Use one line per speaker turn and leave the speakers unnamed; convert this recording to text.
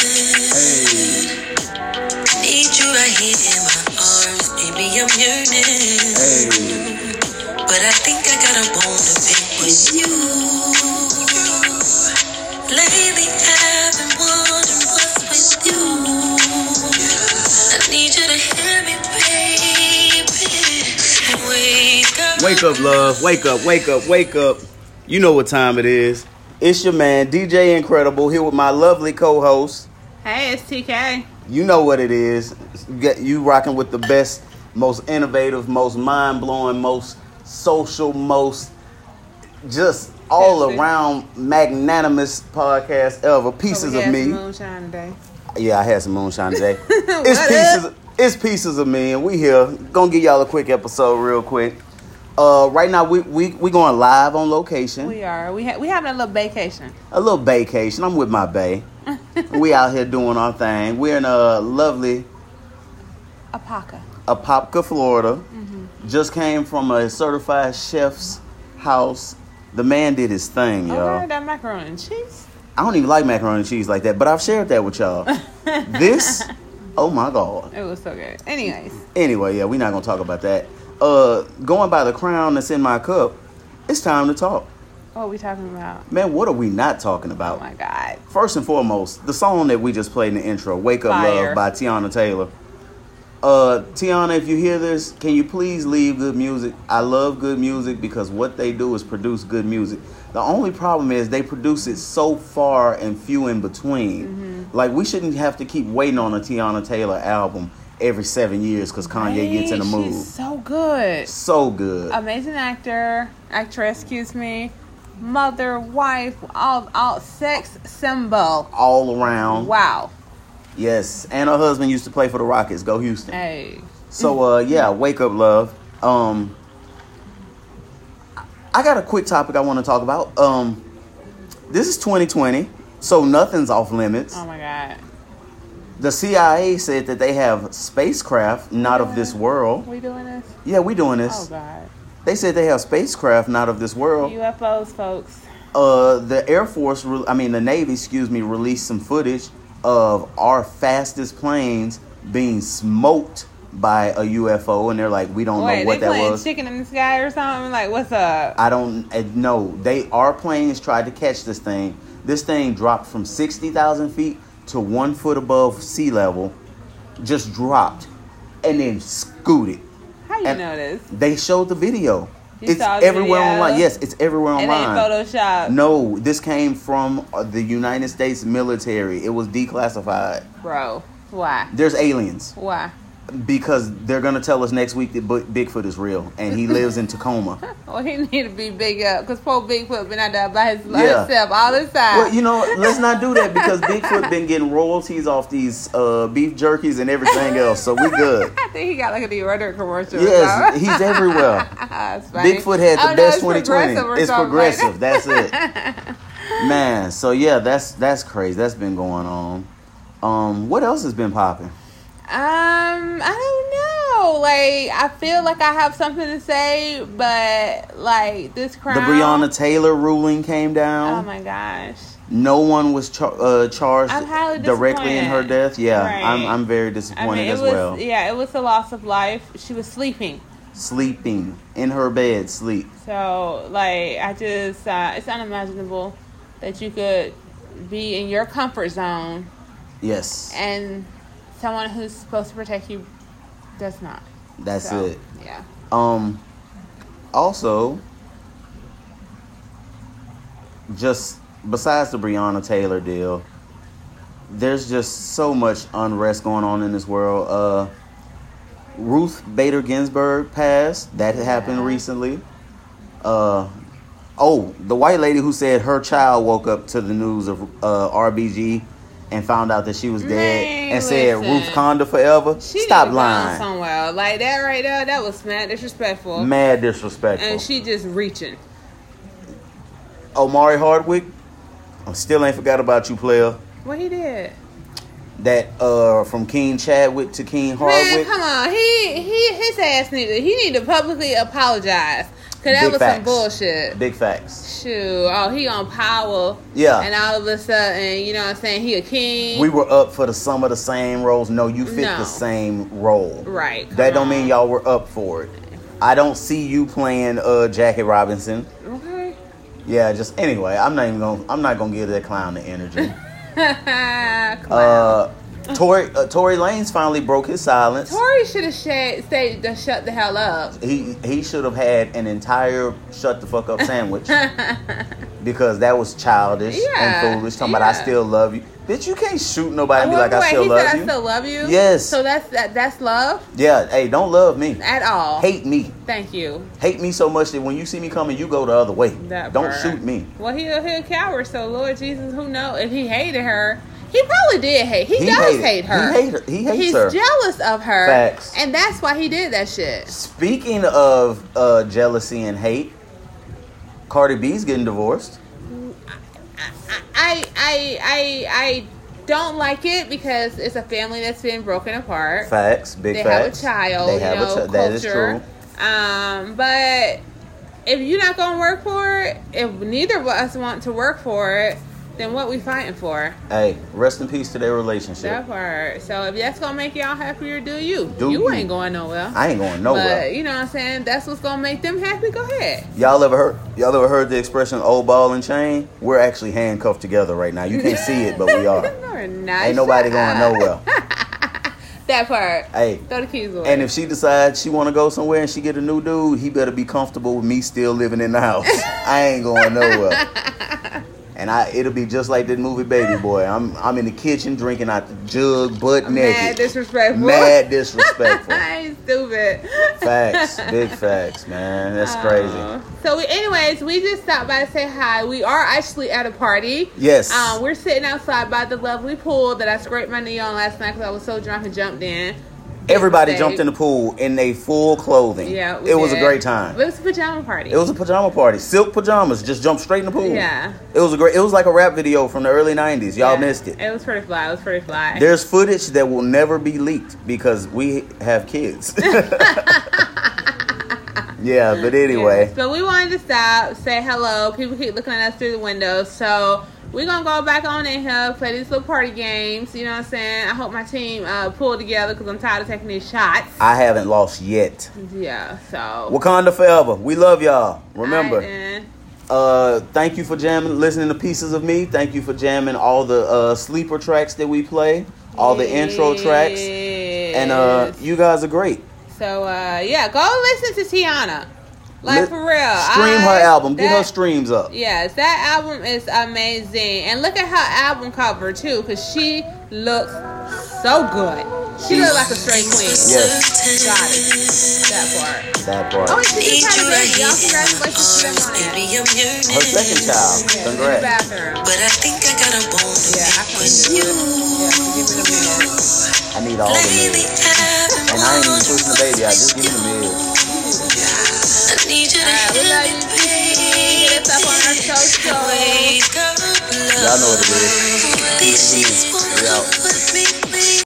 certain.
Hey,
Need you right here in my arms. Baby, I'm yearning.
hey.
But I think I gotta wanna be with you. Lately, I've been wondering what's with you. I need you to hear me, baby. Wake up.
Wake up, love. Wake up, wake up, wake up. You know what time it is. It's your man, DJ Incredible, here with my lovely co host.
Hey, it's TK.
You know what it is. Get you rocking with the best, most innovative, most mind blowing, most social, most just all
Fancy.
around magnanimous podcast ever. Pieces
Hope we
of
had
me.
some Moonshine today.
Yeah, I had some moonshine today. it's
What
pieces. It's pieces of me, and we here gonna give y'all a quick episode real quick. Uh, right now we we we going live on location.
We are. We ha- we having a little vacation.
A little vacation. I'm with my bae. we out here doing our thing. We're in a lovely
Apaca.
Apopka, Florida.
Mm-hmm.
Just came from a certified chef's house. The man did his thing, y'all.
Okay, that macaroni and cheese.
I don't even like macaroni and cheese like that, but I've shared that with y'all. this, oh my god.
It was so good. Anyways,
Anyway, yeah, we're not gonna talk about that. Uh, going by the crown that's in my cup, it's time to talk.
what we talking about?
Man, what are we not talking
Oh
about?
my God.
First and foremost, the song that we just played in the intro, "Wake Up Love"
Fire.
by Tiana Taylor. Uh, Tiana, if you hear this, can you please leave good music? I love good music because what they do is produce good music. The only problem is they produce it so far and few in between.
Mm-hmm.
Like we shouldn't have to keep waiting on a Tiana Taylor album every seven years because Kanye gets in the
Hey,
mood.
She's so good.
so good.
Amazing actor, actress. Excuse me. Mother, wife, all, all sex symbol.
all around.
Wow.
Yes. And her husband used to play for the Rockets. Go Houston.
Hey.
So uh yeah, wake up love. Um I got a quick topic I want to talk about. Um this is 2020, so nothing's off limits.
Oh my God.
The CIA said that they have spacecraft not of this world.
We doing this?
Yeah, we doing
Oh
this.
God.
They said they have spacecraft not of this world.
UFOs, folks.
uh, the Air Force, re- I mean the Navy, excuse me, released some footage of our fastest planes being smoked by a UFO, and they're like, we don't
Wait,
know what
they
that
playing
was.
chicken in the sky or something? Like, what's up?
I don't uh, know. They our planes tried to catch this thing. This thing dropped from sixty thousand feet to one foot above sea level, just dropped, and then scooted.
How you
And-
know this?
They showed the video.
You
it's
saw the
everywhere
video?
online. Yes, it's everywhere
It ain't
online.
Photoshop,
No, this came from uh, the United States military. It was declassified.
bro. Why?
There's aliens
Why?
because they're gonna tell us next week that Bu- Bigfoot is real and he lives in Tacoma.
Well, Oh, he need to be big up because poor Bigfoot been out there by his, by
Yeah.
himself all this time.
Well, you know, let's not do that because Bigfoot been getting royalties off these uh, beef jerkies and everything else, so we good.
I think he got like a deodorant commercial.
Yes, he's everywhere. Bigfoot had
Oh,
the best 2020. It's progressive. That's it. Man, so yeah, that's that's crazy. That's been going on. Um, what else has been popping?
Um, I don't know. Like, I feel like I have something to say, but like this crown.
The Breonna Taylor ruling came
Oh
down.
my gosh.
no one was char- uh, charged
I'm highly
directly in her
disappointed.
death. Yeah,
Right.
I'm, I'm very
I
disappointed
mean, it
as
was
well.
yeah, it was the loss of life. She was sleeping.
Sleeping in her bed, sleep.
So, like, I just, uh, it's unimaginable that you could be in your comfort zone
Yes,
and someone who's supposed to protect you does not.
that's
So,
it.
Yeah.
Um, also, just besides the Breonna Taylor deal, there's just so much unrest going on in this world. Uh, Ruth Bader Ginsburg passed. That happened
Yeah.
recently. Uh, oh, the white lady who said her child woke up to the news of uh, RBG and found out that she was dead
Man,
and said Ruth
listen.
Conda forever.
She
Stop
needs to go
lying.
Somewhere. Like, that right there, that was mad disrespectful.
Mad disrespectful.
And she just reaching.
Omari Hardwick, I still ain't forgot about you, player.
What he did?
That uh from King Chadwick to King
Man,
Hardwick.
come on. He, he, his ass needed, he need to publicly apologize. Cause that
Big
was some
facts.
bullshit.
Big facts.
Shoot. Oh, he on power.
Yeah.
And all of a sudden, you know what I'm saying? He a king.
We were up for the sum of the same roles. No, you fit
No.
the same role.
Right, come
That don't
on.
mean y'all were up for it. I don't see you playing uh Jackie Robinson.
okay.
Yeah, just anyway, I'm not even gonna I'm not gonna give that clown the energy.
Clown.
uh Tory uh, Tory Lanez finally broke his silence.
Tori should have said, stayed to shut the hell up.
he he should have had an entire shut the fuck up sandwich because that was childish
Yeah,
and foolish. Talking about I
yeah.
still love you, bitch. You can't shoot nobody and be
Wait,
like
wait,
I still
he
love
said
you.
I still love you.
Yes.
So that's that. That's love
yeah, hey, don't love me.
at all.
Hate me.
Thank you.
Hate me so much that when you see me coming, you go the other way.
That
don't
part.
shoot me.
Well, he a, he a coward. So Lord Jesus, who know if he hated her. He probably did hate. He,
He
does
hated-
hate her.
he hate her- he hates
He's
her.
jealous of her.
Facts.
And that's why he did that shit.
Speaking of uh, jealousy and hate, Cardi B's getting divorced.
I I I I don't like it because it's a family that's been broken apart.
Facts, big
they
facts.
have a child.
They
you
have
know,
a child. That is
culture.
true.
Um, but if you're not gonna work for it, if neither of us want to work for it, then what we fighting for?
Hey, rest in peace to their relationship.
That part. So if that's gonna make y'all happier, do you?
Do
you
you.
ain't going nowhere.
I ain't going
but
nowhere.
you know what I'm saying? That's what's gonna make them happy. Go ahead.
Y'all ever heard? Y'all ever heard the expression "old ball and chain"? We're actually handcuffed together right now. You can't see it, but we are.
Or not.
Ain't nobody
Shut
going
up.
nowhere.
That part.
Hey,
Throw the keys away.
and if she decides she want to go somewhere and she get a new dude, he better be comfortable with me still living in the house. I ain't going nowhere. And I, it'll be just like that movie Baby Boy. I'm, I'm in the kitchen drinking out the jug, butt
mad
naked,
disrespectful.
mad disrespectful.
I ain't stupid.
facts, big facts, man. That's
Uh,
crazy.
So, we, anyways, we just stopped by to say hi. We are actually at a party.
Yes.
Um, we're sitting outside by the lovely pool that I scraped my knee on last night because I was so drunk and jumped in.
Everybody
Big
jumped in the pool in their full clothing.
Yeah, we
it was a
did.
great time.
It was a pajama party.
It was a pajama party. Silk pajamas. Just jumped straight in the pool.
Yeah.
It was a great. It was like a rap video from the early '90s. Y'all
Yeah.
missed it.
It was pretty fly. It was pretty fly.
There's footage that will never be leaked because we have kids. yeah, but anyway,
Yes, but we wanted to stop, say hello. People keep looking at us through the window, so we're gonna go back on in here, play these little party games. You know what I'm saying? I hope my team uh, pulled together because I'm tired of taking these shots.
I haven't lost yet.
Yeah, so
Wakanda forever. We love y'all. Remember.
All right, then.
uh thank you for jamming listening to pieces of me thank you for jamming all the uh sleeper tracks that we play all the intro tracks and uh
Yes.
you guys are great
so uh, yeah, go listen to Tiana. Like
Li-
for real,
stream her
Uh, I-
album get her
that-
streams up
Yes, that album is amazing, and look at her album cover too, because she looks so good. She looks like a straight queen.
Yes.
Got it. That part.
that part
Oh, and she
Need
just
you right
had a baby.
here
Y'all,
in
congratulations
my
to them on
arms, baby. I'm yearning.
that.
her second child
In the
congrats
bathroom.
But I think I got a bone to
Yeah, I
pick
can
with
do it.
you.
Yeah, give me the middle.
i need all the
Lately,
mid
I've been
and i ain't
wondering
even pushing the baby out just
what's with
give me the mid
you. I need you to
Alright,
heal
we love
me,
you.
baby.
Hit us up on our social.
Wake up,
y'all know what it is
love. These sheets won't
We out.
look with me.